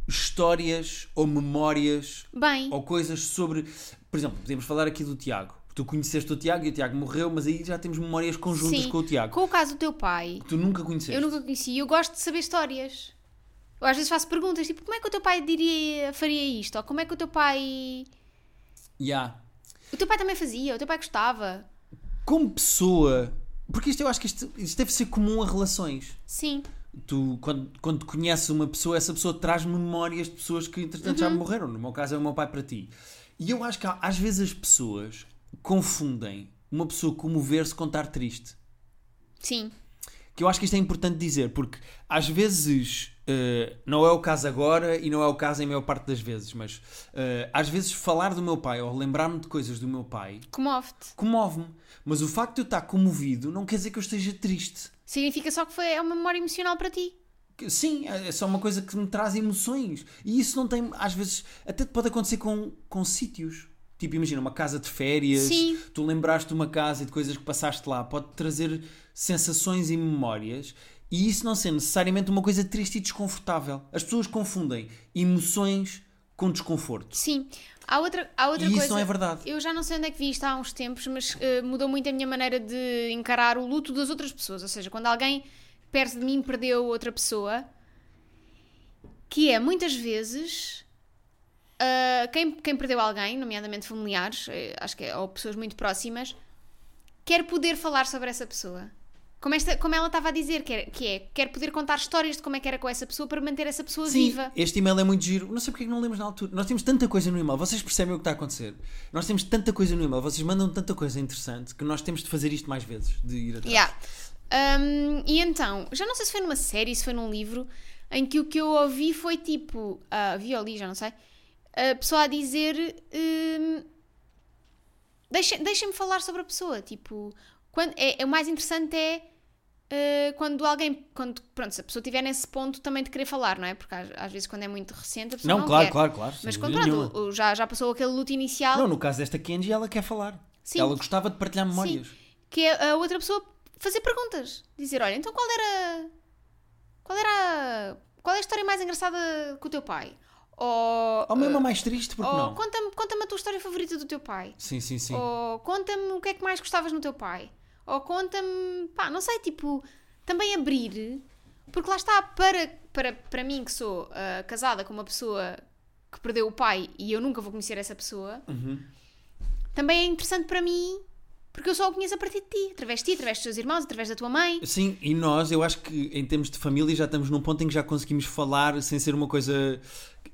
Speaker 1: histórias ou memórias
Speaker 2: Bem,
Speaker 1: ou coisas sobre. Por exemplo, podemos falar aqui do Tiago. Tu conheceste o Tiago e o Tiago morreu, mas aí já temos memórias conjuntas
Speaker 2: sim.
Speaker 1: com o Tiago.
Speaker 2: Com o caso do teu pai,
Speaker 1: Tu nunca conheceste.
Speaker 2: Eu nunca conheci. Eu gosto de saber histórias. Eu às vezes faço perguntas, tipo, como é que o teu pai diria, faria isto? Ou como é que o teu pai...
Speaker 1: Ya.
Speaker 2: O teu pai também fazia, o teu pai gostava.
Speaker 1: Como pessoa. Porque isto eu acho que isto, isto deve ser comum a relações.
Speaker 2: Sim.
Speaker 1: Tu, quando, quando conheces uma pessoa, essa pessoa traz memórias de pessoas que entretanto já morreram. No meu caso é o meu pai para ti. E eu acho que há- às vezes as pessoas confundem uma pessoa comover-se com estar triste.
Speaker 2: Sim.
Speaker 1: Que eu acho que isto é importante dizer, porque às vezes eh, não é o caso agora e não é o caso em maior parte das vezes, mas eh, às vezes falar do meu pai ou lembrar-me de coisas do meu pai
Speaker 2: Comove-te.
Speaker 1: comove-me. Mas o facto de eu estar comovido não quer dizer que eu esteja triste.
Speaker 2: Significa só que foi, é uma memória emocional para ti.
Speaker 1: Que- Sim, é é só uma coisa que me traz emoções. E isso não tem, às vezes, até pode acontecer com, com sítios. Tipo, imagina uma casa de férias,
Speaker 2: Sim.
Speaker 1: tu lembraste de uma casa e de coisas que passaste lá, pode trazer sensações e memórias. E isso não ser necessariamente uma coisa triste e desconfortável. As pessoas confundem emoções com desconforto.
Speaker 2: Sim. Há outra, há outra
Speaker 1: e
Speaker 2: coisa.
Speaker 1: isso não é verdade.
Speaker 2: Eu já não sei onde é que vi isto há uns tempos, mas eh, mudou muito a minha maneira de encarar o luto das outras pessoas. Ou seja, quando alguém perto de mim perdeu outra pessoa, que é muitas vezes ah, quem, quem perdeu alguém, nomeadamente familiares, eh, acho que é, ou pessoas muito próximas, quer poder falar sobre essa pessoa. Como, esta, como ela estava a dizer, que, é- que é, quer poder contar histórias de como é que era com essa pessoa para manter essa pessoa
Speaker 1: Sim,
Speaker 2: viva.
Speaker 1: este e-mail é muito giro. Não sei porque é que não lemos na altura. Nós temos tanta coisa no e-mail. Vocês percebem o que está a acontecer? Nós temos tanta coisa no e-mail. Vocês mandam tanta coisa interessante que nós temos de fazer isto mais vezes. De ir atrás.
Speaker 2: Yeah. Um, e então, já não sei se foi numa série, se foi num livro, em que o que eu ouvi foi tipo. ah, vi ou li, já não sei. A pessoa a dizer. hum, deixa- Deixem-me falar sobre a pessoa. Tipo, quando, é, é- o mais interessante é. ah, quando alguém, quando, pronto, se a pessoa estiver nesse ponto também de querer falar, não é? Porque às, às vezes quando é muito recente a pessoa não,
Speaker 1: Não, claro,
Speaker 2: quer.
Speaker 1: claro, claro.
Speaker 2: Mas
Speaker 1: sem
Speaker 2: quando
Speaker 1: dúvida
Speaker 2: pronto,
Speaker 1: nenhuma.
Speaker 2: o- já, já passou aquele luto inicial,
Speaker 1: Não, no caso desta Kenji, ela quer falar.
Speaker 2: Sim.
Speaker 1: Ela gostava de partilhar memórias.
Speaker 2: que é a outra pessoa fazer perguntas. Dizer, olha, então qual era. Qual era. Qual é a história mais engraçada com o teu pai? Ou.
Speaker 1: Ou mesmo a mais triste, porque
Speaker 2: Uh, ou
Speaker 1: não?
Speaker 2: conta-me conta a tua história favorita do teu pai.
Speaker 1: Sim, sim, sim.
Speaker 2: Ou conta-me o que é que mais gostavas no teu pai. Ou conta-me. pá, não sei, tipo. Também abrir. Porque lá está, para, para, para mim que sou ah, casada com uma pessoa que perdeu o pai e eu nunca vou conhecer essa pessoa,
Speaker 1: Uhum.
Speaker 2: também é interessante para mim porque eu só o conheço a partir de ti, através de ti, através dos teus irmãos, através da tua mãe.
Speaker 1: Sim, e nós, eu acho que em termos de família já estamos num ponto em que já conseguimos falar sem ser uma coisa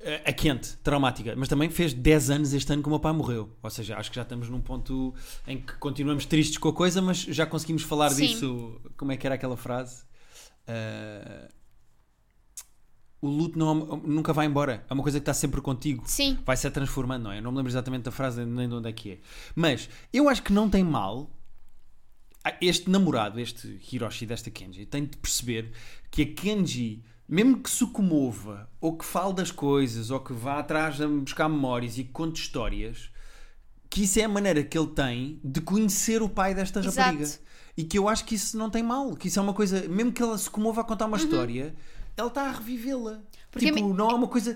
Speaker 1: eh, a quente, traumática. Mas também fez 10 anos este ano que o meu pai morreu. Ou seja, acho que já estamos num ponto em que continuamos tristes com a coisa, mas já conseguimos falar
Speaker 2: Sim.
Speaker 1: disso. Como é que era aquela frase? Ah, o luto não, é nunca vai embora. É uma coisa que está sempre contigo
Speaker 2: Sim,
Speaker 1: vai se transformando, não é? Eu não me lembro exatamente da frase nem de onde é que é. Mas eu acho que não tem mal este namorado, este Hiroshi desta Kenji, tem de perceber que a Kenji, mesmo que se comova, ou que fale das coisas, ou que vá atrás a buscar memórias e que conte histórias, que isso é a maneira que ele tem de conhecer o pai desta
Speaker 2: Exato.
Speaker 1: rapariga. E que eu acho que isso não tem mal, que isso é uma coisa, mesmo que ela se comova a contar uma história, ela está a revivê-la.
Speaker 2: Uhum. Porque
Speaker 1: Tipo,
Speaker 2: me-
Speaker 1: não é uma coisa.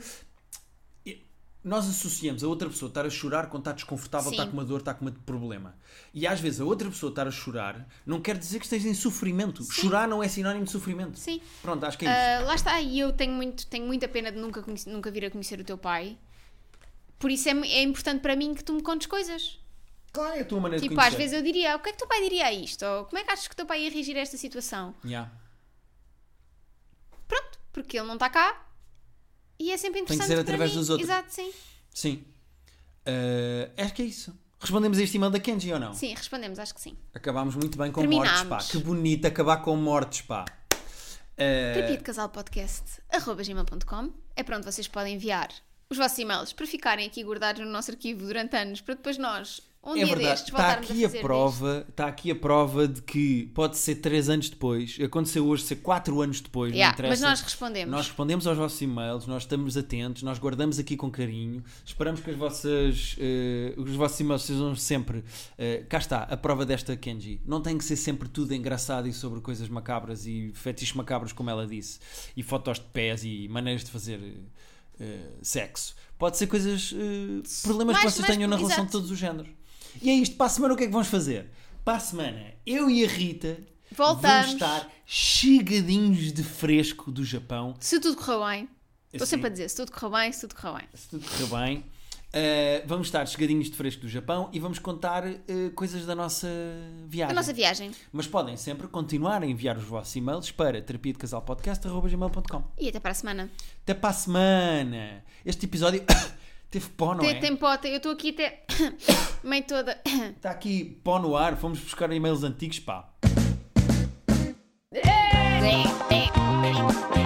Speaker 1: Nós associamos a outra pessoa estar a chorar quando está desconfortável,
Speaker 2: Sim.
Speaker 1: está com uma dor, está com um problema. E às vezes a outra pessoa estar a chorar não quer dizer que esteja em sofrimento. Chorar não é sinónimo de sofrimento.
Speaker 2: sim.
Speaker 1: Pronto, acho que é isso.
Speaker 2: Ah, lá está, e eu tenho, muito, tenho muita pena de nunca, conhece- nunca vir a conhecer o teu pai. Por isso é, mu- é importante para mim que tu me contes coisas.
Speaker 1: Claro, é a tua maneira de
Speaker 2: Tipo,
Speaker 1: conhecer.
Speaker 2: às vezes eu diria, o que é que o teu pai diria a isto? Ou como é que achas que o teu pai ia reagir a esta situação?
Speaker 1: Yeah.
Speaker 2: Pronto, porque ele não está cá e é sempre
Speaker 1: que
Speaker 2: interessante
Speaker 1: ser
Speaker 2: para
Speaker 1: através
Speaker 2: mim.
Speaker 1: dos outros.
Speaker 2: Exato, sim.
Speaker 1: Sim. Ah, acho que é isso. Respondemos a este e-mail da Kenji ou não?
Speaker 2: Sim, respondemos, acho que sim.
Speaker 1: Acabámos muito bem com
Speaker 2: Terminámos.
Speaker 1: mortes, pá. Que bonito acabar com mortes, pá. Ah,
Speaker 2: Terapia de Casal Podcast, arroba gmail.com. É para onde vocês podem enviar os vossos e-mails para ficarem aqui guardados no nosso arquivo durante anos, para depois nós, um
Speaker 1: é
Speaker 2: dia
Speaker 1: verdade,
Speaker 2: destes,
Speaker 1: está
Speaker 2: voltarmos
Speaker 1: aqui a,
Speaker 2: a fazer disto.
Speaker 1: prova, está aqui a prova de que pode ser 3 anos depois, aconteceu hoje ser 4 anos depois,
Speaker 2: Yeah,
Speaker 1: não
Speaker 2: mas
Speaker 1: interessa.
Speaker 2: nós respondemos.
Speaker 1: Nós respondemos aos vossos e-mails, nós estamos atentos, nós guardamos aqui com carinho, esperamos que as vossas, eh, os vossos e-mails sejam sempre. eh, cá está, a prova desta Kenji. Não tem que ser sempre tudo engraçado e sobre coisas macabras e fetiches macabros, como ela disse, e fotos de pés e maneiras de fazer eh, eh, sexo. Pode ser coisas. eh, problemas que
Speaker 2: Mais-
Speaker 1: vocês
Speaker 2: mais-
Speaker 1: tenham na relação de
Speaker 2: exato.
Speaker 1: todos os géneros. E é isto, para a semana o que é que vamos fazer? Para a semana, eu e a Rita.
Speaker 2: Voltamos.
Speaker 1: Vamos estar chegadinhos de fresco do Japão.
Speaker 2: Se tudo correu bem, estou
Speaker 1: Assim.
Speaker 2: sempre a dizer, se tudo correu bem, se tudo correu bem.
Speaker 1: se tudo correr bem. Eh, vamos estar chegadinhos de fresco do Japão e vamos contar eh, coisas da nossa viagem.
Speaker 2: A nossa viagem.
Speaker 1: Mas podem sempre continuar a enviar os vossos e-mails para terapia de casal
Speaker 2: E até para a semana.
Speaker 1: Até para a semana! Este episódio [coughs] teve pó, não
Speaker 2: tem,
Speaker 1: é?
Speaker 2: tem pota, eu estou aqui até. [coughs] meio toda.
Speaker 1: Está aqui pó no ar, fomos buscar e-mails antigos, pá.
Speaker 2: É.